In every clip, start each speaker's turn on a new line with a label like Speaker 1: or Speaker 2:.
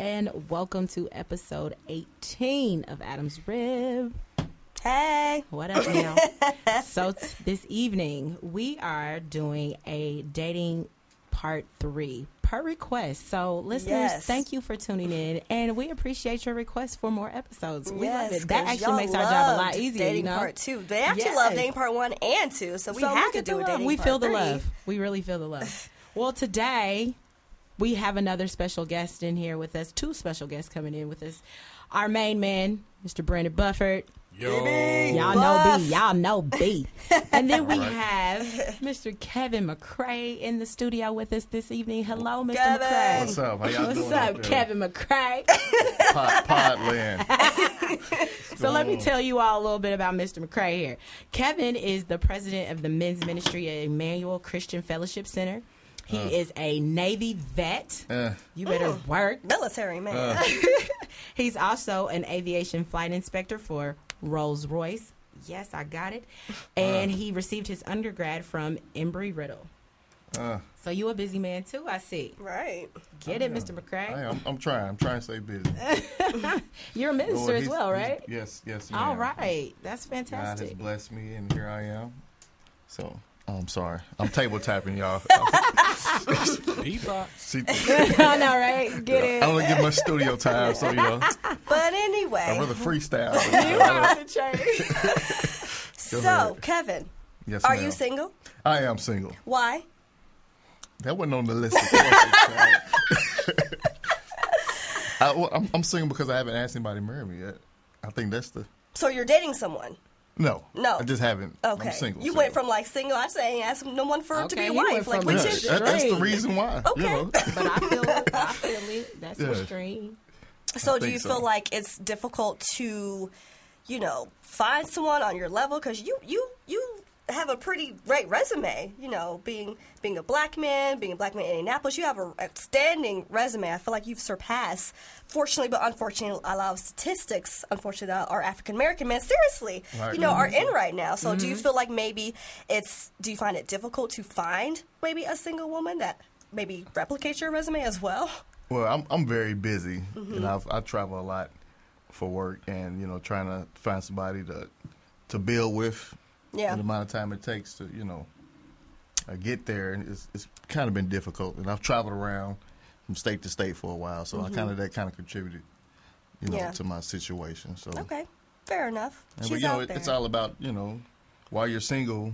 Speaker 1: and welcome to episode 18 of Adam's Rib.
Speaker 2: Hey.
Speaker 1: What up now? so t- this evening we are doing a dating part three per request. So listeners,
Speaker 3: Yes.
Speaker 1: thank you for tuning in, and we love your requests for more episodes. We
Speaker 3: yes,
Speaker 1: love it. That
Speaker 3: 'cause
Speaker 1: actually
Speaker 3: y'all
Speaker 1: makes our job a lot
Speaker 3: loved
Speaker 1: easier.
Speaker 3: Dating
Speaker 1: you know?
Speaker 3: part two. They actually love
Speaker 1: Yes.
Speaker 3: dating part one and two, so we
Speaker 1: so
Speaker 3: have
Speaker 1: look
Speaker 3: to
Speaker 1: at the
Speaker 3: do a
Speaker 1: love.
Speaker 3: dating
Speaker 1: We
Speaker 3: part
Speaker 1: feel the
Speaker 3: three.
Speaker 1: love. We really feel the love. well, today we have another special guest in here with us. Two special guests coming in with us. Our main man, Mr. Brandon Bufford.
Speaker 4: Yo,
Speaker 1: Y'all know B. Y'all know B. and then we have Mr. Kevin McCray in the studio with us this evening. Hello, Mr.
Speaker 3: Kevin.
Speaker 1: McCray.
Speaker 4: what's up? How y'all
Speaker 1: What's
Speaker 4: doing?
Speaker 1: up,
Speaker 4: out there?
Speaker 1: Kevin McCray?
Speaker 4: Pod, Podland.
Speaker 1: so let me tell you all a little bit about Mr. McCray here. Kevin is the president of the men's ministry at Emmanuel Christian Fellowship Center. He is a Navy vet.
Speaker 4: Uh,
Speaker 1: You better work.
Speaker 3: Military man.
Speaker 1: He's also an aviation flight inspector for Rolls Royce. Yes, I got it. And he received his undergrad from Embry Riddle.
Speaker 4: uh,
Speaker 1: So you a busy man too, I see.
Speaker 3: right.
Speaker 1: Get it, Mr.
Speaker 4: I
Speaker 1: McCray?
Speaker 4: am, I'm trying. I'm trying to stay busy.
Speaker 1: You're a minister
Speaker 4: Lord,
Speaker 1: as
Speaker 4: he's-
Speaker 1: well,
Speaker 4: he's-
Speaker 1: right?
Speaker 4: Yes, yes.
Speaker 1: All
Speaker 4: ma'am.
Speaker 1: right, that's
Speaker 4: God has
Speaker 1: fantastic.
Speaker 4: blessed me, and here I am. So I'm sorry. I'm table tapping, y'all. See, I
Speaker 1: I know, right? Get it.
Speaker 4: don't get much studio time, so you know
Speaker 3: But
Speaker 4: I
Speaker 3: anyway,
Speaker 4: rather freestyle.
Speaker 1: You are the change.
Speaker 3: so
Speaker 4: ahead.
Speaker 3: Kevin,
Speaker 4: yes,
Speaker 3: are
Speaker 4: ma'am.
Speaker 3: you single?
Speaker 4: I am single.
Speaker 3: Why?
Speaker 4: That wasn't on the list. Of courses, child. I, well, I'm, I'm single because I haven't asked anybody to marry me yet. I think that's the
Speaker 3: So you're dating someone?
Speaker 4: No.
Speaker 3: No.
Speaker 4: I just haven't.
Speaker 3: Okay.
Speaker 4: I'm single.
Speaker 3: you
Speaker 4: so-
Speaker 3: went from like single. I just ain't asked no one for to be
Speaker 1: Okay,
Speaker 3: a
Speaker 1: you
Speaker 3: wife.
Speaker 1: went
Speaker 3: Like
Speaker 1: from-
Speaker 3: which
Speaker 4: Yeah,
Speaker 3: is
Speaker 4: that-
Speaker 3: it?
Speaker 4: that's the
Speaker 1: extreme.
Speaker 4: reason why. you
Speaker 3: Okay.
Speaker 4: know.
Speaker 1: But I feel it. I feel it. That's
Speaker 4: Yeah.
Speaker 1: extreme.
Speaker 3: So
Speaker 4: I
Speaker 3: do
Speaker 4: think
Speaker 3: you
Speaker 4: so.
Speaker 3: feel like it's difficult to, you know, find someone on your level because you you you have a pretty great resume. You know, being being a black man, being a black man in Indianapolis, you have an outstanding resume. I feel like you've surpassed, fortunately, but unfortunately, a lot of statistics, unfortunately, that our African American men seriously,
Speaker 4: Right. Mm-hmm.
Speaker 3: you know, are in right now. So do you feel like maybe it's do you find it difficult to find maybe a single woman that maybe replicates your resume as well?
Speaker 4: Well, I'm I'm very busy,
Speaker 3: Mm-hmm.
Speaker 4: and I've, I travel a lot for work, and you know, trying to find somebody to to build with.
Speaker 3: Yeah.
Speaker 4: and The amount of time it takes to you know uh, get there, and it's it's kind of been difficult. And I've traveled around from state to state for a while, so I kind of that kind of contributed, you know,
Speaker 3: Mm-hmm. Yeah.
Speaker 4: to my situation. So
Speaker 3: Okay, fair enough.
Speaker 4: And,
Speaker 3: She's
Speaker 4: but, you know,
Speaker 3: out
Speaker 4: it-
Speaker 3: there.
Speaker 4: it's all about you know, while you're single,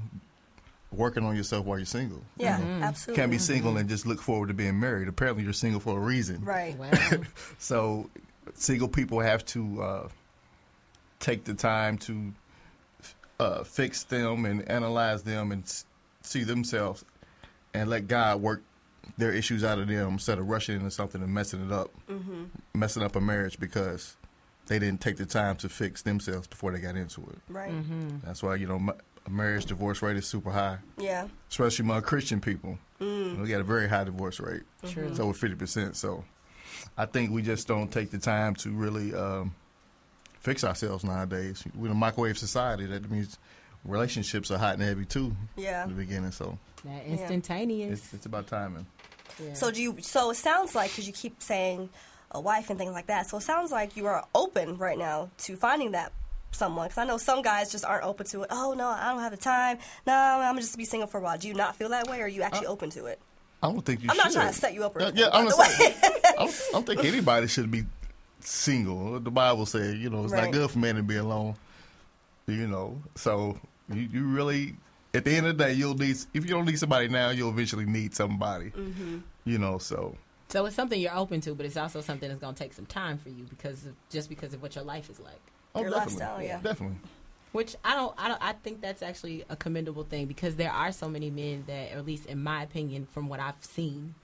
Speaker 4: working on yourself while you're single. you
Speaker 3: yeah,
Speaker 4: know.
Speaker 3: absolutely.
Speaker 4: Mm-hmm.
Speaker 3: Mm-hmm.
Speaker 4: Can't be single and just look forward to being married. Apparently, you're single for a reason.
Speaker 3: right.
Speaker 1: Wow.
Speaker 4: So, single people have to uh, take the time to uh, fix them and analyze them and s- see themselves and let God work their issues out of them instead of rushing into something and messing it up,
Speaker 3: Mm-hmm.
Speaker 4: messing up a marriage because they didn't take the time to fix themselves before they got into it.
Speaker 3: Right.
Speaker 4: That's why you know ma- marriage divorce rate is super high
Speaker 3: Yeah.
Speaker 4: especially among Christian people.
Speaker 3: Mm.
Speaker 4: We got a very high divorce rate.
Speaker 1: True.
Speaker 4: It's over fifty percent. So I think we just don't take the time to really um, fix ourselves nowadays. We're in a microwave society. That means relationships are hot and heavy too.
Speaker 3: Yeah.
Speaker 4: In the beginning, so
Speaker 1: That instantaneous.
Speaker 4: it's, it's about timing.
Speaker 1: Yeah.
Speaker 3: So do you? So it sounds like because you keep saying a wife and things like that. So it sounds like you are open right now to finding that someone. Because I know some guys just aren't open to it. Oh no, I don't have the time. No, I'm just be single for a while. Do you not feel that way, or are you actually open to it?
Speaker 4: I don't think Uh, you.
Speaker 3: I'm
Speaker 4: should.
Speaker 3: not trying to set you up or
Speaker 4: Yeah,
Speaker 3: anything,
Speaker 4: yeah
Speaker 3: by
Speaker 4: I'm
Speaker 3: the
Speaker 4: not saying. I don't, I don't think anybody should be single. The Bible said, you know, it's
Speaker 3: Right.
Speaker 4: not good for man to be alone. You know, so you, you really, at the end of the day, you'll need. If you don't need somebody now, you'll eventually need somebody.
Speaker 3: Mm-hmm.
Speaker 4: You know, so
Speaker 1: So it's something you're open to, but it's also something that's going to take some time for you because of, just because of what your life is like.
Speaker 4: oh,
Speaker 3: Your
Speaker 4: definitely,
Speaker 3: lifestyle, yeah.
Speaker 4: definitely.
Speaker 1: Which I don't, I don't, I think that's actually a commendable thing because there are so many men that, or at least in my opinion, from what I've seen,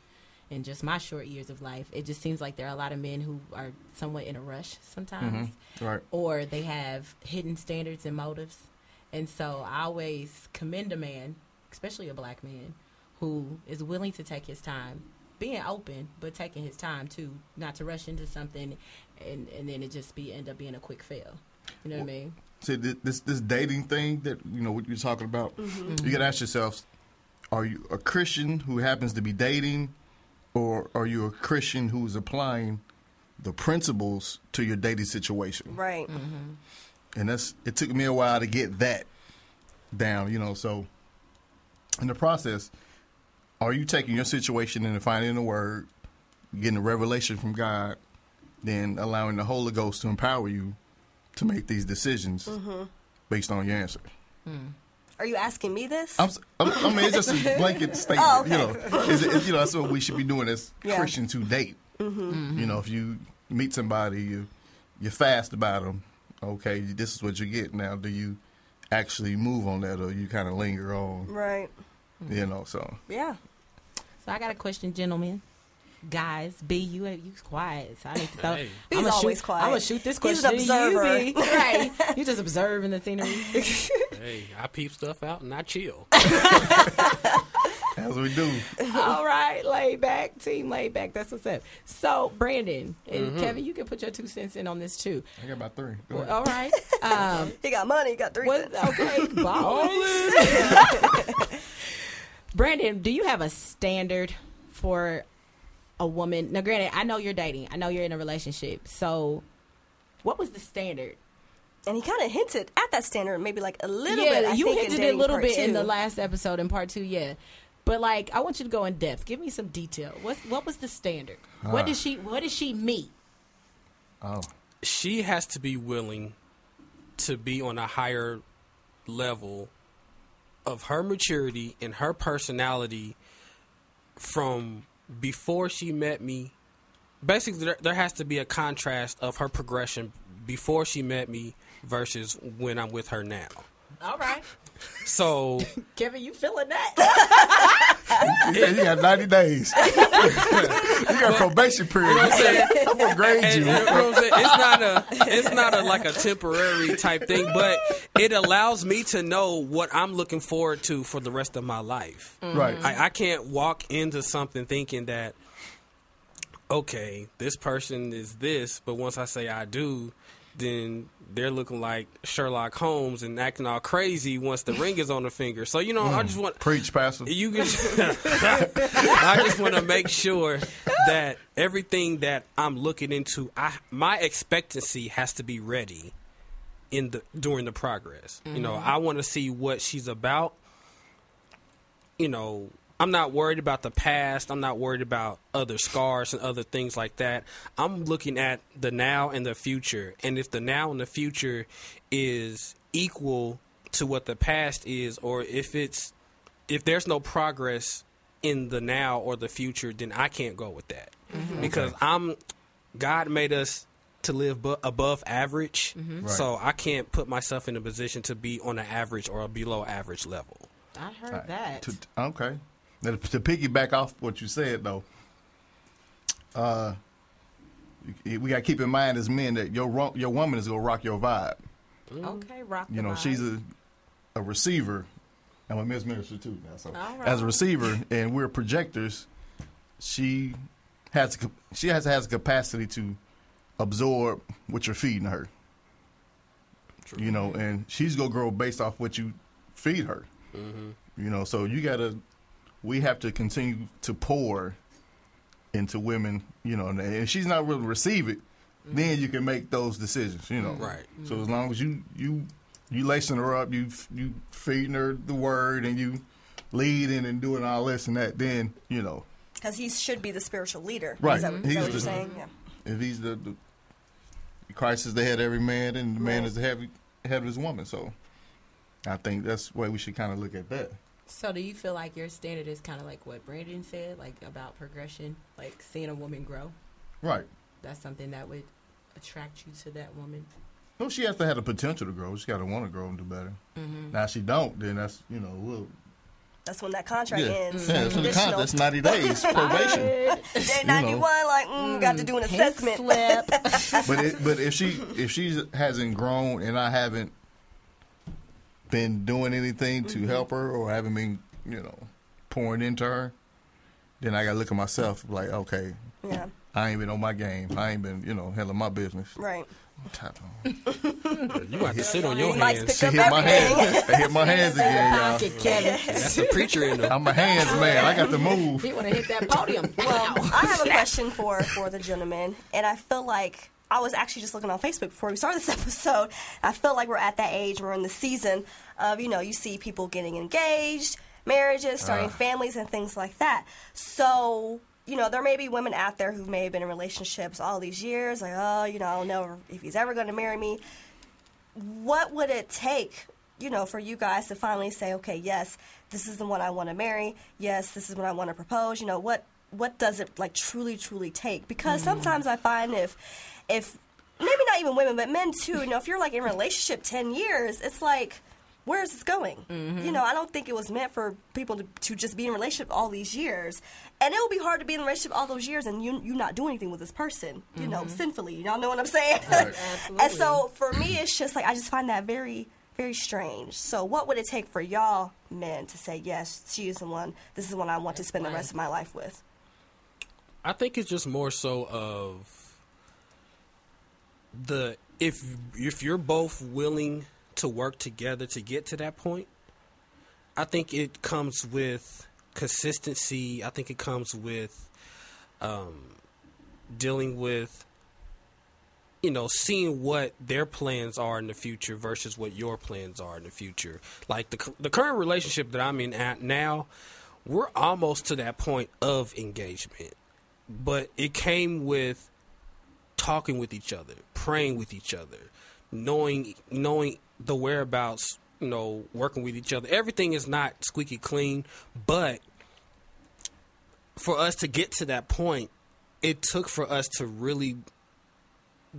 Speaker 1: in just my short years of life. It just seems like there are a lot of men who are somewhat in a rush sometimes,
Speaker 4: Mm-hmm. Right.
Speaker 1: or they have hidden standards and motives. And so I always commend a man, especially a black man, who is willing to take his time, being open, but taking his time too, not to rush into something, and and then it just be end up being a quick fail. You know what I mean?
Speaker 4: See thi- this this dating thing that you know what you're talking about.
Speaker 3: Mm-hmm.
Speaker 4: You gotta ask yourself: Are you a Christian who happens to be dating, or are you a Christian who's applying the principles to your dating situation?
Speaker 3: Right.
Speaker 4: and that's it took me a while to get that down you know so in the process are you taking your situation and finding the word getting a revelation from god then allowing the holy ghost to empower you to make these decisions based on your answer
Speaker 3: Are you asking me this?
Speaker 4: I'm, s- I'm, I mean, it's just a blanket statement.
Speaker 3: Oh, okay.
Speaker 4: You know, It's- it's- you know, that's what we should be doing as
Speaker 3: Yeah. Mm-hmm.
Speaker 4: Christians who date. You know, if you meet somebody, you you fast about them. Okay, you- this is what you get. Now, do you actually move on that, or you kind of linger on?
Speaker 3: right.
Speaker 4: You know, so
Speaker 3: Yeah.
Speaker 1: So I got a question, gentlemen. Guys, B, you you quiet. So I need to throw.
Speaker 5: Hey.
Speaker 3: B's
Speaker 1: I'ma shoot-
Speaker 3: always quiet.
Speaker 1: I'm gonna shoot this
Speaker 3: He's
Speaker 1: question
Speaker 3: an
Speaker 1: to
Speaker 3: observer.
Speaker 1: you, B. Right? You just observing the scenery.
Speaker 5: Hey, I peep stuff out and I chill.
Speaker 4: as we do,
Speaker 1: All right, laid back team, laid back. That's what's up. So Brandon and
Speaker 3: Mm-hmm.
Speaker 1: Kevin, you can put your two cents in on this too.
Speaker 4: I got about three. Go ahead.
Speaker 1: All right. Um,
Speaker 3: He got money. He got three.
Speaker 1: what,
Speaker 3: cents.
Speaker 1: okay, ballin'. Brandon, do you have a standard for a woman? Now, granted, I know you're dating. I know you're in a relationship. So, what was the standard?
Speaker 3: And he kind of hinted at that standard, maybe like a little bit. I
Speaker 1: you
Speaker 3: think, in
Speaker 1: hinted it a
Speaker 3: dating
Speaker 1: little
Speaker 3: part
Speaker 1: bit in
Speaker 3: two.
Speaker 1: the last episode in part two, yeah. But like, I want you to go in depth. Give me some detail. What what was the standard?
Speaker 4: Ah.
Speaker 1: What did she What did she meet?
Speaker 4: Oh,
Speaker 5: she has to be willing to be on a higher level of her maturity and her personality from before she met me. Basically, there, there has to be a contrast of her progression before she met me versus when I'm with her now.
Speaker 1: All right,
Speaker 5: So,
Speaker 1: Kevin, you feeling that?
Speaker 4: yeah, you got ninety days. you got probation period.
Speaker 5: what I'm saying?
Speaker 4: I'm gonna grade
Speaker 5: And-
Speaker 4: you.
Speaker 5: and you know what I'm saying? It's not a, it's not a like a temporary type thing, but it allows me to know what I'm looking forward to for the rest of my life.
Speaker 4: Right.
Speaker 5: I, I can't walk into something thinking that, okay, this person is this, but once I say I do, then they're looking like Sherlock Holmes and acting all crazy once the ring is on the finger. So you know, I just want
Speaker 4: Preach, pastor.
Speaker 5: you can. I just want to make sure that everything that I'm looking into, I my expectancy has to be ready in the during the progress. You know, I want to see what she's about. You know, I'm not worried about the past. I'm not worried about other scars and other things like that. I'm looking at the now and the future. And if the now and the future is equal to what the past is or if it's if there's no progress in the now or the future, then I can't go with that because I'm God made us to live bu- above average,
Speaker 4: Right.
Speaker 5: so I can't put myself in a position to be on an average or a below average level.
Speaker 1: I heard
Speaker 4: All right.
Speaker 1: that.
Speaker 4: To, okay. Now, to piggyback off what you said, though, uh, you- we got to keep in mind as men that your ro- your woman is gonna rock your vibe.
Speaker 1: Mm. okay, rock.
Speaker 4: You know, she's a a receiver. I'm a men's minister too now, so
Speaker 1: All right.
Speaker 4: as a receiver, and we're projectors. She has the cap- she has has the capacity to absorb what you're feeding her. You know, and she's gonna grow based off what you feed her. You know, so you gotta. We have to continue to pour into women. You know, and if she's not really receive it, then you can make those decisions. You know,
Speaker 5: Right.
Speaker 4: So as long as you you you lacing her up, you f- you feeding her the word, and you leading and doing all this and that, then you know
Speaker 3: Because he should be the spiritual leader.
Speaker 4: Right.
Speaker 3: Is that, is
Speaker 4: He's
Speaker 3: that what
Speaker 4: the-
Speaker 3: you're saying? Yeah.
Speaker 4: if he's the, the Christ is the head of every man, and the man
Speaker 3: Right.
Speaker 4: is the heavy, head of his woman. So I think that's the way we should kind of look at that.
Speaker 1: So, do you feel like your standard is kind of like what Brandon said, like about progression, like seeing a woman grow?
Speaker 4: Right.
Speaker 1: That's something that would attract you to that woman.
Speaker 4: No, she has to
Speaker 3: Mm-hmm.
Speaker 4: have the potential to grow. She's got to want to grow and do better. Now, if she don't, then that's you know we'll
Speaker 3: That's when that contract
Speaker 4: Yeah,
Speaker 3: ends.
Speaker 4: yeah. So the
Speaker 3: Additional-
Speaker 4: con that's ninety days probation.
Speaker 3: Day 91, like, mm, got to do an assessment.
Speaker 4: But it, but if she if she hasn't grown and I haven't been doing anything
Speaker 3: Mm-hmm.
Speaker 4: to help her or haven't been you know pouring into her, then I gotta look at myself like okay,
Speaker 3: yeah,
Speaker 4: I ain't been on my game. I ain't been you know handling my business.
Speaker 3: right.
Speaker 4: Tap on.
Speaker 5: You got to sit on your
Speaker 3: Mike's
Speaker 5: hands.
Speaker 4: She
Speaker 3: Up
Speaker 4: hit my
Speaker 3: everything.
Speaker 4: hands. I hit my hands again, y'all.
Speaker 1: Pocket Kevin.
Speaker 5: That's a preacher in them.
Speaker 4: I'm a hands man. I got to move.
Speaker 1: He want to hit that podium.
Speaker 3: Well, I have a question for for the gentleman, and I feel like I was actually just looking on Facebook before we started this episode. I feel like we're at that age, we're in the season of you know, you see people getting engaged, marriages, starting families, and things like that. So. You know, there may be women out there who may have been in relationships all these years, like, oh, you know, I don't know if he's ever going to marry me what would it take, you know, for you guys to finally say, okay, yes, this is the one I want to marry. Yes, this is what I want to propose. You know, what what does it like truly, truly take? Because sometimes I find if if maybe not even women, but men too. You know, if you're like in a relationship ten years, it's like. Where is this going? You know, I don't think it was meant for people to, to just be in a relationship all these years. And it would be hard to be in a relationship all those years and you you not do anything with this person, you know, sinfully. Y'all know what I'm saying? and so for me, it's just like I just find that very, very strange. So what would it take for y'all men to say yes, she is the one? This is the one I want to spend the rest of my life with.
Speaker 5: I think it's just more so of the if if you're both willing to work together to get to that point. I think it comes with consistency. I think it comes with um, dealing with you know seeing what their plans are in the future versus what your plans are in the future. Like the cu- the current relationship that I'm in at now, we're almost to that point of engagement but it came with talking with each other, praying with each other, knowing knowing the whereabouts, you know, working with each other. Everything is not squeaky clean, but for us to get to that point, it took for us to really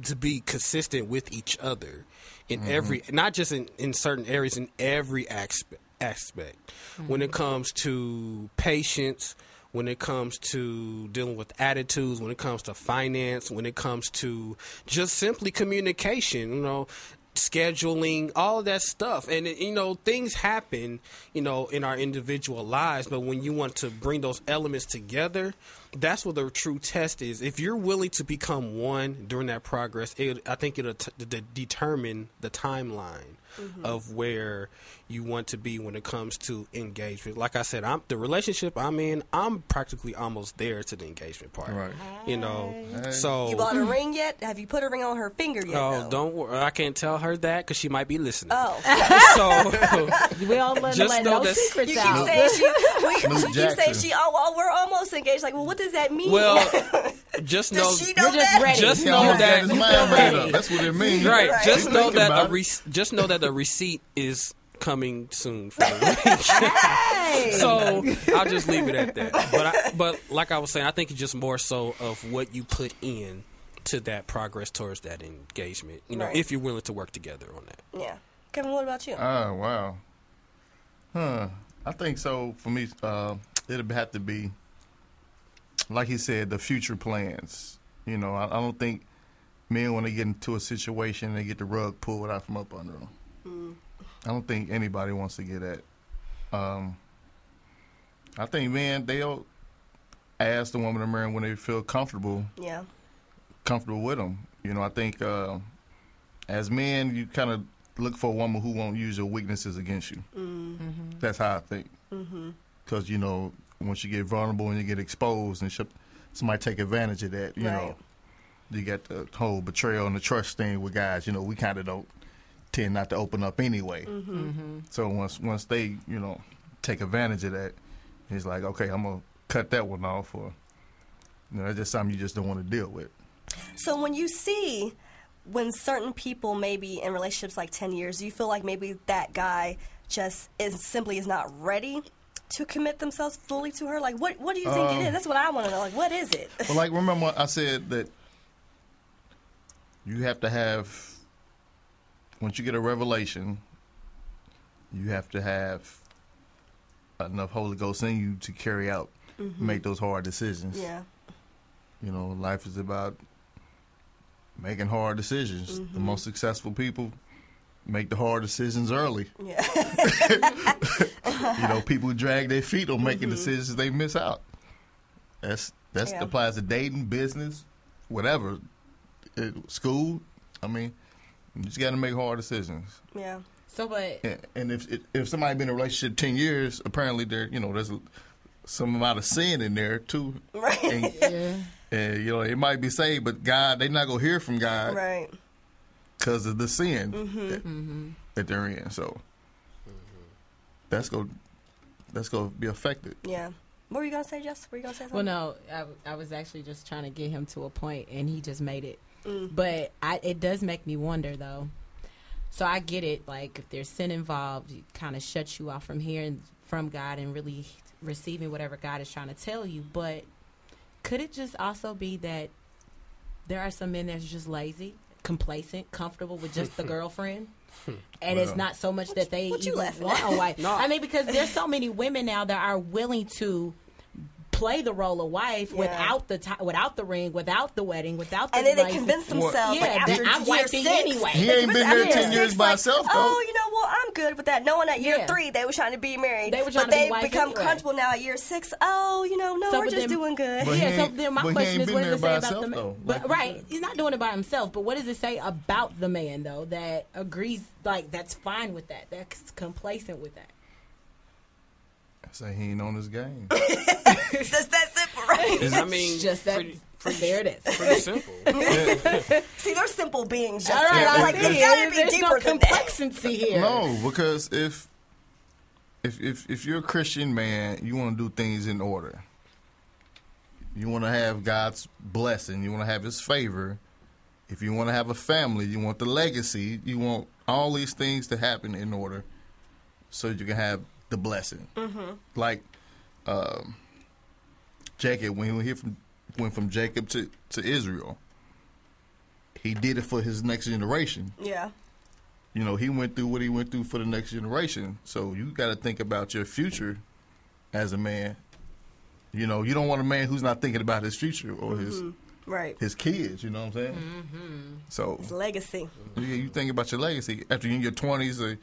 Speaker 5: to be consistent with each other in every not just in, in certain areas in every aspect aspect when it comes to patience when it comes to dealing with attitudes when it comes to finance when it comes to just simply communication you know scheduling all of that stuff and it- you know things happen you know in our individual lives but when you want to bring those elements together that's what the true test is if you're willing to become one during that progress it, i think it'll t- d- determine the timeline
Speaker 3: Mm-hmm.
Speaker 5: of where you want to be when it comes to engagement like i said i'm the relationship i'm in i'm practically almost there to the engagement part
Speaker 4: Right.
Speaker 5: you know so
Speaker 3: You bought a ring yet? Have you put a ring on her finger yet?
Speaker 5: Oh,
Speaker 3: though?
Speaker 5: don't worry. I can't tell her that because she might be listening.
Speaker 3: Oh,
Speaker 5: So
Speaker 1: We don't let,
Speaker 5: Just
Speaker 1: let
Speaker 5: know
Speaker 1: no
Speaker 5: that-
Speaker 1: secrets
Speaker 3: you
Speaker 1: out.
Speaker 3: keep saying she. We,
Speaker 4: Miss
Speaker 3: you keep saying
Speaker 4: Jackson.
Speaker 3: she. Oh, well, we're almost engaged. Like, well, what does that mean?
Speaker 5: Well, just know,
Speaker 3: Does she know
Speaker 1: You're just
Speaker 3: that?
Speaker 1: ready.
Speaker 5: just
Speaker 4: He
Speaker 5: know
Speaker 4: almost got
Speaker 5: that-
Speaker 4: his
Speaker 5: you
Speaker 4: mind
Speaker 1: feel
Speaker 4: made
Speaker 1: ready.
Speaker 4: up. That's what it means.
Speaker 5: right,
Speaker 3: Right.
Speaker 5: just
Speaker 4: You
Speaker 5: know
Speaker 4: thinking
Speaker 5: that
Speaker 4: about
Speaker 5: a
Speaker 4: it.
Speaker 5: re- just know that a receipt is coming soon. For me. so I'll just leave it at that. But I, but like I was saying, I think it's just more so of what you put in to that progress towards that engagement. You know,
Speaker 3: Right.
Speaker 5: if you're willing to work together on that.
Speaker 3: Yeah. Kevin, what about you?
Speaker 4: Oh wow. Huh. I think so. For me, uh, it'd have to be, like he said, the future plans. You know, I, I don't think men want to get into a situation and get the rug pulled out from up under them. I don't think anybody wants to get that. Um, I think men they'll ask the woman to marry 'em when they feel comfortable
Speaker 3: yeah.
Speaker 4: comfortable with them. You know, I think uh, as men, you kind of look for a woman who won't use your weaknesses against you. That's how I think. Because you know, once you get vulnerable and you get exposed, and sh- somebody take advantage of that, you know,
Speaker 3: Right.
Speaker 4: you got the whole betrayal and the trust thing with guys. You know, we kind of don't tend not to open up anyway. So once once they you know take advantage of that, it's like okay, I'm gonna cut that one off, or you know, that's just something you just don't want to deal with.
Speaker 3: So when you see when certain people maybe in relationships like 10 years, you feel like maybe that guy just is simply is not ready to commit themselves fully to her? Like what what do you think it is? That's what I want to know. Like what is it?
Speaker 4: Well, like remember when I said that you have to have once you get a revelation, you have to have enough Holy Ghost in you to carry out, make those hard decisions.
Speaker 3: Yeah.
Speaker 4: You know, life is about making hard decisions. The most successful people make the hard decisions early.
Speaker 3: Yeah.
Speaker 4: you know, people who drag their feet on making decisions they miss out. That's that's
Speaker 3: Mm-hmm. Yeah.
Speaker 4: applies to dating, business, whatever, it, school. I mean, you just got to make hard decisions.
Speaker 3: yeah.
Speaker 1: So, but
Speaker 4: And, and if it, if somebody been in a relationship ten years, apparently there you know there's a, some amount of sin in there too.
Speaker 3: Right.
Speaker 4: And,
Speaker 1: yeah,
Speaker 4: and, you know it might be saved, but God they not gonna hear from God
Speaker 3: Right. Mm-hmm.
Speaker 4: because of the sin that, that they're in. So that's gonna that's gonna be affected.
Speaker 3: Yeah. What were you gonna say, Jess? Were you gonna say something?
Speaker 1: well, no, I, I was actually just trying to get him to a point, and he just made it.
Speaker 3: Mm.
Speaker 1: But I, it does make me wonder, though. So I get it. Like if there's sin involved, it kind of shuts you off from hearing from God and really receiving whatever God is trying to tell you. But could it just also be that there are some men that's just lazy, complacent, comfortable with just the girlfriend? And it's
Speaker 4: Well.
Speaker 1: not so much that they
Speaker 3: what you
Speaker 1: even
Speaker 3: laughing
Speaker 1: want a wife.
Speaker 5: No.
Speaker 1: I mean, because there's so many women now that are willing to play the role of wife
Speaker 3: Yeah.
Speaker 1: without the ti without the ring, without the wedding, without the
Speaker 3: and then they
Speaker 1: license.
Speaker 3: convince
Speaker 4: Well,
Speaker 3: themselves
Speaker 1: yeah,
Speaker 3: like,
Speaker 1: that
Speaker 3: after
Speaker 1: I'm
Speaker 3: year
Speaker 1: wifey
Speaker 3: six,
Speaker 1: anyway.
Speaker 4: He ain't been
Speaker 3: After
Speaker 4: there
Speaker 3: year
Speaker 4: ten years
Speaker 3: six,
Speaker 4: by
Speaker 3: like,
Speaker 4: himself though.
Speaker 3: Oh, you know, well, I'm good with that. Knowing at year
Speaker 1: Yeah.
Speaker 3: three they were trying to be married,
Speaker 1: They were trying
Speaker 3: but
Speaker 1: to be
Speaker 3: they
Speaker 1: wife
Speaker 3: become
Speaker 1: anyway.
Speaker 3: comfortable now at year six. Oh, you know, no,
Speaker 1: So,
Speaker 3: we're
Speaker 1: but
Speaker 3: just
Speaker 1: then-
Speaker 3: doing good.
Speaker 4: But he
Speaker 1: yeah, so
Speaker 4: ain't-
Speaker 1: then my
Speaker 4: but he
Speaker 1: question
Speaker 4: ain't
Speaker 1: is,
Speaker 4: been
Speaker 1: what does
Speaker 4: there
Speaker 1: it
Speaker 4: by
Speaker 1: say about
Speaker 4: himself,
Speaker 1: the man?
Speaker 4: though,
Speaker 1: But
Speaker 4: like you
Speaker 1: right,
Speaker 4: said.
Speaker 1: he's not doing it by himself. But what does it say about the man though that agrees, like that's fine with that, that's complacent with that?
Speaker 4: I say he ain't on his game.
Speaker 3: That's that's it, right?
Speaker 5: I mean,
Speaker 1: Just that.
Speaker 5: pretty, pretty,
Speaker 1: there it is.
Speaker 5: pretty simple.
Speaker 3: See, they're simple beings.
Speaker 1: All
Speaker 3: Just
Speaker 1: right, I
Speaker 3: like
Speaker 1: see.
Speaker 3: there's gotta be
Speaker 1: There's
Speaker 3: deeper
Speaker 1: no
Speaker 3: than that.
Speaker 1: complacency here.
Speaker 4: No, because if if if if you're a Christian man, you want to do things in order. You want to have God's blessing. You want to have His favor. If you want to have a family, you want the legacy. You want all these things to happen in order, so you can have the blessing. Mm-hmm. Like um, Jacob, when he went here from went from Jacob to to Israel, he did it for his next generation
Speaker 3: Yeah,
Speaker 4: you know, he went through what he went through for the next generation. So you got to think about your future as a man. You know, you don't want a man who's not thinking about his future or his
Speaker 3: Mm-hmm. right.
Speaker 4: his kids. You know what I'm saying?
Speaker 3: Mm-hmm.
Speaker 4: So
Speaker 3: It's legacy.
Speaker 4: yeah, you think about your legacy after you're in your 20s or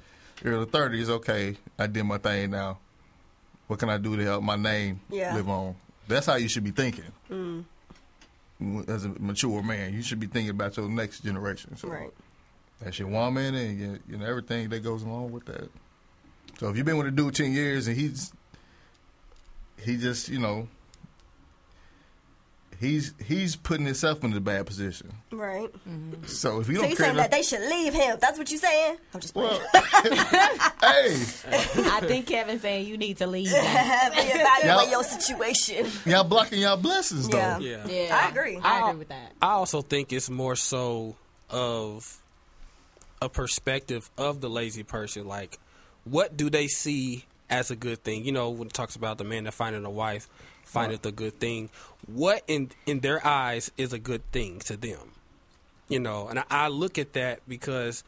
Speaker 4: early 30s. Okay, I did my thing. Now, what can I do to help my name
Speaker 3: Yeah. Mm.
Speaker 4: live on? That's how you should be thinking. As a mature man, you should be thinking about your next generation. So
Speaker 3: Right.
Speaker 4: that's your woman and your, you know everything that goes along with that. So if you've been with a dude ten years and he's he just you know he's he's putting himself in a bad position.
Speaker 3: Right.
Speaker 4: So if you
Speaker 3: So
Speaker 4: don't
Speaker 3: you
Speaker 4: care,
Speaker 3: saying that they should leave him? That's what you saying? I'm just playing.
Speaker 4: well, hey,
Speaker 1: I think Kevin's saying you need to leave. now.
Speaker 3: Reevaluate
Speaker 4: Y'all-
Speaker 3: your situation.
Speaker 4: y'all blocking y'all blessings though.
Speaker 3: Yeah.
Speaker 5: Yeah.
Speaker 1: Yeah,
Speaker 3: I agree.
Speaker 1: I agree with that.
Speaker 5: I also think it's more so of a perspective of the lazy person. Like, what do they see as a good thing? You know, when it talks about the man that finding a wife, findeth a good thing. What in in their eyes is a good thing to them? You know, and I, I look at that because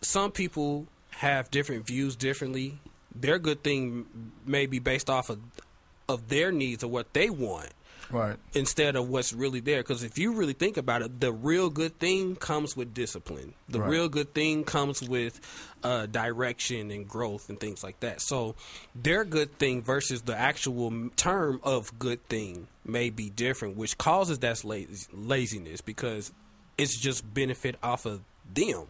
Speaker 5: some people have different views differently. Their good thing may be based off of of their needs or what they want
Speaker 4: Right.
Speaker 5: instead of what's really there. Because if you really think about it, the real good thing comes with discipline. The
Speaker 4: Right.
Speaker 5: real good thing comes with uh, direction and growth and things like that. So their good thing versus the actual m- term of good thing may be different, which causes that laz- laziness because it's just benefit off of them.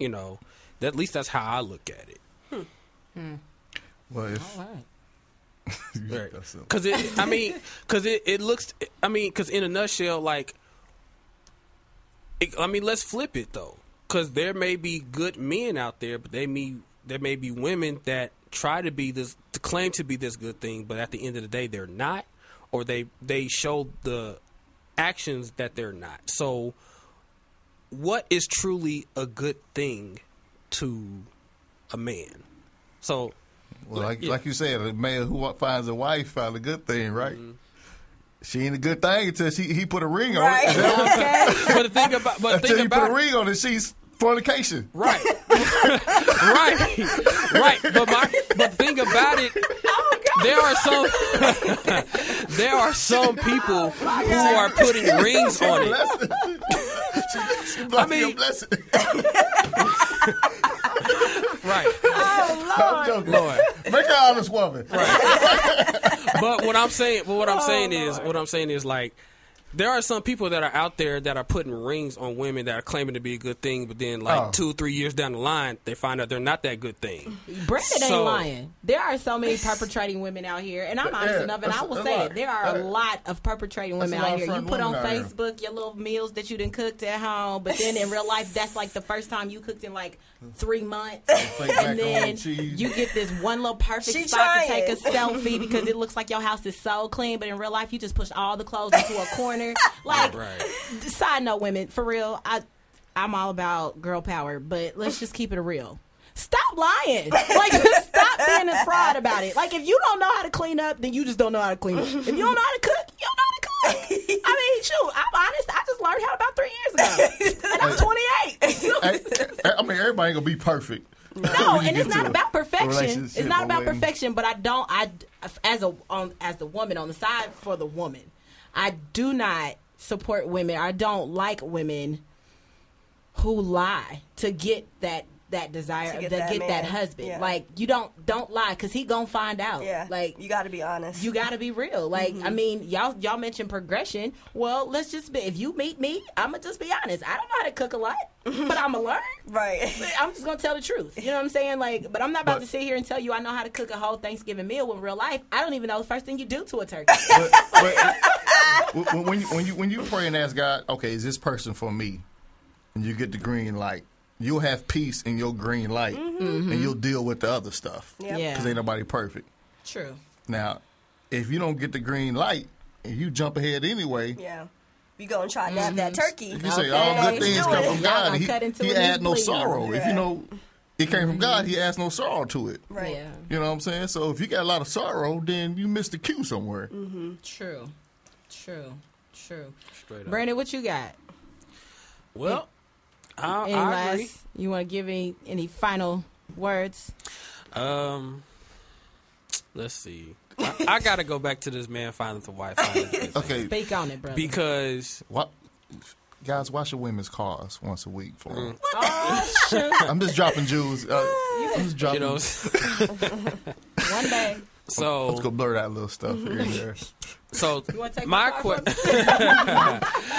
Speaker 5: You know, that, at least that's how I look at it.
Speaker 4: Well, if
Speaker 1: All right.
Speaker 5: Right.
Speaker 4: That's it.
Speaker 5: Because it, I mean, because it, it looks, I mean, because in a nutshell, like, it, I mean, let's flip it though, because there may be good men out there, but they may there may be women that try to be this, to claim to be this good thing, but at the end of the day, they're not, or they they show the actions that they're not. So, what is truly a good thing to a man? So,
Speaker 4: well, like, like you said, a man who finds a wife found a good thing, right? She ain't a good thing until she he put a ring on it.
Speaker 3: Right. okay.
Speaker 5: but the thing about but the
Speaker 4: Until
Speaker 5: thing
Speaker 4: you put
Speaker 5: about
Speaker 4: a ring on it, she's fornication.
Speaker 5: Right. right. Right. But my but the thing about it
Speaker 1: Oh,
Speaker 5: there are some there are some people who are putting rings on it.
Speaker 4: Blessing. she, she blessing
Speaker 5: mean-
Speaker 4: your blessing.
Speaker 5: Right.
Speaker 4: I'm joking.
Speaker 5: Lord.
Speaker 4: Make her an honest woman.
Speaker 5: But what I'm saying but what I'm
Speaker 1: Oh,
Speaker 5: saying is what I'm saying is like there are some people that are out there that are putting rings on women that are claiming to be a good thing, but then like
Speaker 4: Oh.
Speaker 5: two, three years down the line, they find out they're not that good thing.
Speaker 1: Brandon
Speaker 5: So-
Speaker 1: ain't lying. There are so many perpetrating women out here, and I'm honest
Speaker 4: Yeah,
Speaker 1: enough, and I
Speaker 4: that's-
Speaker 1: will
Speaker 4: that's
Speaker 1: say
Speaker 4: right.
Speaker 1: it. There are a
Speaker 4: Yeah.
Speaker 1: lot of perpetrating women
Speaker 4: a lot
Speaker 1: out
Speaker 4: of
Speaker 1: here. You
Speaker 4: front
Speaker 1: put on
Speaker 4: women out here.
Speaker 1: Facebook your little meals that you done cooked at home, but then in real life, that's like the first time you cooked in like three months.
Speaker 4: Like macaroni
Speaker 1: And then
Speaker 4: and cheese.
Speaker 1: you get this one little perfect
Speaker 3: She
Speaker 1: spot to
Speaker 3: trying.
Speaker 1: take a selfie because it looks like your house is so clean, but in real life, you just push all the clothes into a corner. Like,
Speaker 5: Right.
Speaker 1: side note, women, for real, I I'm all about girl power, but let's just keep it real. Stop lying. Like stop being a fraud about it. Like if you don't know how to clean up, then you just don't know how to clean up. If you don't know how to cook, you don't know how to cook. I mean, shoot, I'm honest, I just learned how about three years ago. And I'm twenty eight.
Speaker 4: Hey, I mean, everybody ain't gonna be perfect.
Speaker 1: No,
Speaker 4: When you
Speaker 1: and it's
Speaker 4: get
Speaker 1: not
Speaker 4: to a
Speaker 1: about perfection. It's
Speaker 4: relationship
Speaker 1: not
Speaker 4: or
Speaker 1: about
Speaker 4: when-
Speaker 1: perfection, but I don't. I as a on as the woman on the side for the woman, I do not support women. I don't like women who lie to get that that desire
Speaker 3: To
Speaker 1: to
Speaker 3: get
Speaker 1: get,
Speaker 3: that
Speaker 1: that,
Speaker 3: man.
Speaker 1: husband.
Speaker 3: Yeah.
Speaker 1: Like you don't don't lie because he gonna find out.
Speaker 3: Yeah.
Speaker 1: like
Speaker 3: you got Mm-hmm. to be honest.
Speaker 1: you got to be real. Like, I mean, y'all y'all mentioned progression. Well, let's just be. If you meet me, I'm gonna just be honest. I don't know how to cook a lot, but I'm gonna learn.
Speaker 3: right.
Speaker 1: I'm just gonna tell the truth. You know what I'm saying? Like, but I'm not about
Speaker 4: But-
Speaker 1: to sit here and tell you I know how to cook a whole Thanksgiving meal when real life I don't even know the first thing you do to a turkey.
Speaker 4: But, but it- when, when you when you when you pray and ask God, okay, is this person for me? And you get the green light, you'll have peace in your green light, and you'll deal with the other stuff.
Speaker 3: Yep.
Speaker 1: Mm-hmm. Yeah.
Speaker 4: because ain't nobody perfect.
Speaker 1: True.
Speaker 4: Now, if you don't get the green light and you jump ahead anyway,
Speaker 3: Yeah. You go and try to have
Speaker 1: Mm-hmm.
Speaker 3: that turkey.
Speaker 4: if you say all
Speaker 3: Okay.
Speaker 4: good things come
Speaker 3: Y'all
Speaker 4: from
Speaker 3: gonna
Speaker 4: God,
Speaker 1: cut into
Speaker 4: he, he
Speaker 1: it and
Speaker 4: adds no
Speaker 1: please.
Speaker 4: sorrow. If
Speaker 3: Yeah. Mm-hmm.
Speaker 4: you know it came from God, he adds no sorrow to it.
Speaker 3: Right.
Speaker 1: Yeah.
Speaker 4: You know what I'm saying? So if you got a lot of sorrow, then you missed the cue somewhere.
Speaker 3: Mm-hmm.
Speaker 1: True. True. True.
Speaker 5: Straight up.
Speaker 1: Brandon, what you got?
Speaker 5: Well, I,
Speaker 1: Any
Speaker 5: I agree.
Speaker 1: last? You want to give any any final words?
Speaker 5: Um, let's see. I, I gotta go back to this man finding the wife. finding the good thing.
Speaker 4: Okay,
Speaker 1: Speak on it, brother.
Speaker 5: Because
Speaker 4: What? Guys, wash your women's cars once a week for
Speaker 5: Mm.
Speaker 4: 'em.
Speaker 1: oh shoot!
Speaker 4: I'm just dropping jewels. Uh, I'm just dropping.
Speaker 5: you know,
Speaker 1: One day
Speaker 4: let's go
Speaker 5: so
Speaker 4: blur that little stuff here
Speaker 3: Mm-hmm.
Speaker 4: and there.
Speaker 5: so
Speaker 1: you want to take my
Speaker 5: my
Speaker 1: car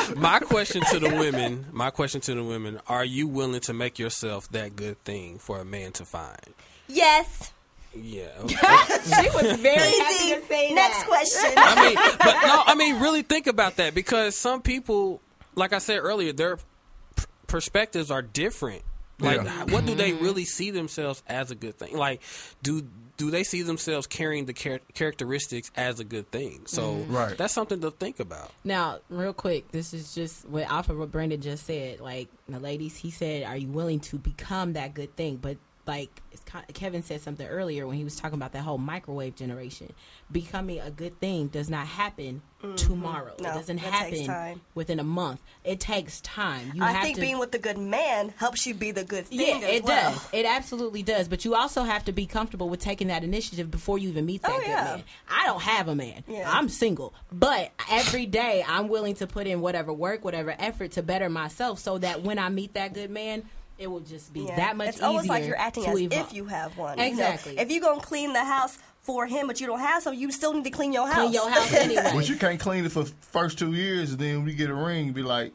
Speaker 5: que- my question to the women, my question to the women: Are you willing to make yourself that good thing for a man to find?
Speaker 3: Yes.
Speaker 5: Yeah. okay.
Speaker 1: She was very happy
Speaker 3: Easy.
Speaker 1: to say
Speaker 3: Next
Speaker 1: that.
Speaker 3: question.
Speaker 5: I mean, but no, I mean, really think about that because some people, like I said earlier, their p- perspectives are different. Like,
Speaker 4: Yeah.
Speaker 5: what do they really see themselves as a good thing? Like, do do they see themselves carrying the char- characteristics as a good thing? So,
Speaker 1: Mm-hmm.
Speaker 4: Right.
Speaker 5: that's something to think about.
Speaker 1: Now, real quick, this is just what Alpha what Brandon just said. Like the ladies, he said, "Are you willing to become that good thing?" But like it's ki Kevin said something earlier when he was talking about that whole microwave generation, becoming a good thing does not happen tomorrow.
Speaker 3: Mm-hmm. No,
Speaker 1: it doesn't
Speaker 3: it takes
Speaker 1: happen
Speaker 3: time.
Speaker 1: within a month. It takes time. You
Speaker 3: I
Speaker 1: have
Speaker 3: think
Speaker 1: to,
Speaker 3: being with a good man helps you be the good
Speaker 1: yeah,
Speaker 3: thing. as
Speaker 1: it
Speaker 3: well.
Speaker 1: does. It absolutely does. But you also have to be comfortable with taking that initiative before you even meet that
Speaker 3: Oh,
Speaker 1: good
Speaker 3: yeah.
Speaker 1: man. I don't have a man.
Speaker 3: Yeah.
Speaker 1: I'm single. But every day I'm willing to put in whatever work, whatever effort to better myself so that when I meet that good man, it will just be
Speaker 3: Yeah.
Speaker 1: that much
Speaker 3: It's almost like
Speaker 1: easier
Speaker 3: you're acting
Speaker 1: to
Speaker 3: as
Speaker 1: evolve.
Speaker 3: if you have one. you know?
Speaker 1: Exactly.
Speaker 3: If you're going to clean the house for him, but you don't have some, you still need to clean your house.
Speaker 1: Clean your house anyway.
Speaker 4: But you can't clean it for first two years, and then when you get a ring, be like,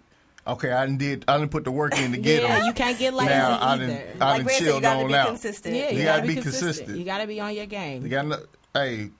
Speaker 4: okay, I didn't did, I didn't put the work in to get
Speaker 1: yeah,
Speaker 4: them.
Speaker 1: you can't get lazy
Speaker 4: now I
Speaker 1: either.
Speaker 4: didn't, I
Speaker 3: like
Speaker 4: didn't
Speaker 3: Rand said, you
Speaker 4: chilled
Speaker 3: got to
Speaker 4: on
Speaker 3: be
Speaker 4: out.
Speaker 3: consistent.
Speaker 1: yeah, you, gotta,
Speaker 4: You gotta
Speaker 1: be
Speaker 4: be
Speaker 1: consistent.
Speaker 4: consistent.
Speaker 1: You gotta be on your game.
Speaker 4: You got no, hey,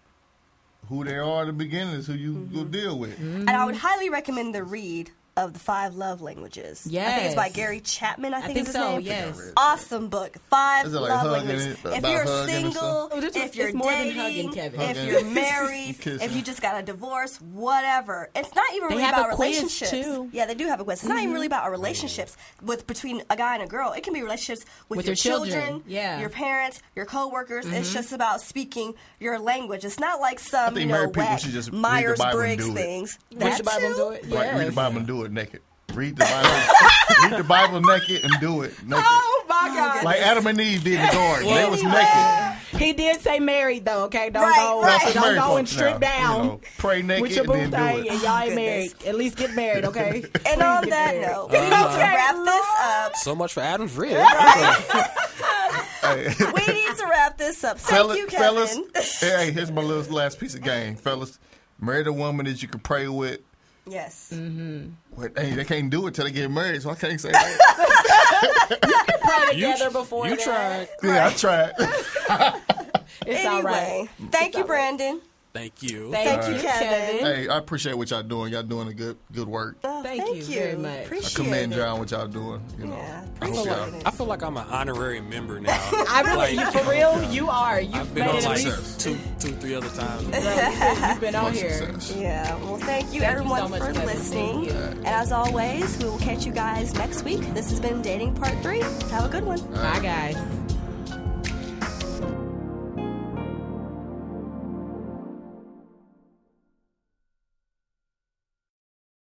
Speaker 4: who they are in the beginning is who you go deal with.
Speaker 3: And
Speaker 1: mm-hmm.
Speaker 3: I would highly recommend the read of The Five Love Languages. I think it's by
Speaker 1: Yes.
Speaker 3: Gary Chapman, I,
Speaker 1: I
Speaker 3: think,
Speaker 1: think
Speaker 3: is his
Speaker 1: so,
Speaker 3: name.
Speaker 1: yes.
Speaker 3: Awesome book. Five
Speaker 4: Is it like
Speaker 3: Love
Speaker 4: hugging
Speaker 3: Languages.
Speaker 4: it-
Speaker 3: If
Speaker 4: about
Speaker 3: you're
Speaker 4: hugging and
Speaker 3: single,
Speaker 1: stuff? Oh, that's-
Speaker 3: if you're
Speaker 1: it's more than
Speaker 3: dating,
Speaker 1: hugging, Kevin.
Speaker 3: if
Speaker 4: Hugging.
Speaker 3: you're married,
Speaker 4: Kissing.
Speaker 3: if you just got a divorce, whatever. It's not even
Speaker 1: They
Speaker 3: really
Speaker 1: have
Speaker 3: about
Speaker 1: a quiz,
Speaker 3: relationships.
Speaker 1: too.
Speaker 3: Yeah, they do have a quiz. It's not even really about
Speaker 4: Mm.
Speaker 3: our relationships with between a guy and a girl. It can be relationships with,
Speaker 1: With
Speaker 3: your,
Speaker 1: your children. Yeah. Mm-hmm.
Speaker 3: your parents, your coworkers. It's just about speaking your language. It's not like some
Speaker 4: think
Speaker 3: you know
Speaker 4: married people
Speaker 3: whack
Speaker 4: should just read the Bible and
Speaker 3: Myers Briggs
Speaker 4: do it.
Speaker 3: things.
Speaker 1: Read
Speaker 3: That
Speaker 1: the Bible and
Speaker 3: too?
Speaker 1: do it.
Speaker 4: Like, read the
Speaker 1: Yes.
Speaker 4: Bible and do it naked. Read the Bible. read the Bible naked and do it naked.
Speaker 1: Oh my God!
Speaker 4: like Adam and Eve did in the garden.
Speaker 5: Well-
Speaker 4: they was naked.
Speaker 1: He did say married though. Okay, don't
Speaker 3: Right,
Speaker 1: go,
Speaker 3: right.
Speaker 4: That's
Speaker 1: don't
Speaker 4: married
Speaker 1: go and
Speaker 4: folks
Speaker 1: strip
Speaker 4: now,
Speaker 1: down
Speaker 4: You know, pray naked
Speaker 1: with your boo
Speaker 4: and
Speaker 1: thing,
Speaker 4: then
Speaker 1: and
Speaker 4: do it.
Speaker 1: y'all ain't
Speaker 3: Goodness.
Speaker 1: married. At least get married, okay?
Speaker 3: And
Speaker 1: Please
Speaker 3: on
Speaker 1: get
Speaker 3: that
Speaker 1: married.
Speaker 3: note, we need to
Speaker 4: Uh-huh.
Speaker 3: wrap this up.
Speaker 5: So much for Adam's rib.
Speaker 4: Hey,
Speaker 3: We need to wrap this up. Thank
Speaker 4: fellas,
Speaker 3: you, Kevin.
Speaker 4: fellas, hey, here's my little last piece of game, fellas. Marry the woman that you can pray with.
Speaker 3: Yes.
Speaker 1: Mm-hmm.
Speaker 4: Wait, hey, they can't do it till they get married, so I can't say that.
Speaker 1: Pray
Speaker 5: You,
Speaker 1: together before
Speaker 5: you
Speaker 1: that.
Speaker 5: tried.
Speaker 4: yeah, I tried.
Speaker 1: It's all right.
Speaker 3: Anyway, thank you, Brandon.
Speaker 5: Thank you.
Speaker 3: Thank you, Kevin.
Speaker 4: hey, I appreciate what y'all doing. Y'all doing a good good work.
Speaker 3: Oh,
Speaker 1: Thank you very much.
Speaker 4: I
Speaker 3: Appreciate
Speaker 4: commend
Speaker 3: it.
Speaker 4: y'all on what y'all doing. You know,
Speaker 3: Yeah,
Speaker 4: I hope
Speaker 3: appreciate
Speaker 4: y'all-
Speaker 3: it.
Speaker 5: I feel like I'm an honorary member now.
Speaker 1: I really, you,
Speaker 5: Like,
Speaker 1: for real, you are. You've made
Speaker 5: I've been on
Speaker 1: it at
Speaker 5: like
Speaker 1: least.
Speaker 4: least-
Speaker 5: two, two, three other times.
Speaker 1: You've been on
Speaker 4: much
Speaker 1: here.
Speaker 4: success.
Speaker 3: Yeah, well, thank you
Speaker 1: Thank you
Speaker 3: everyone
Speaker 1: so much,
Speaker 3: for
Speaker 1: Kevin.
Speaker 3: listening.
Speaker 1: Thank you.
Speaker 3: And as always, we will catch you guys next week. This has been Dating Part 3. Have a good one.
Speaker 1: Bye, guys.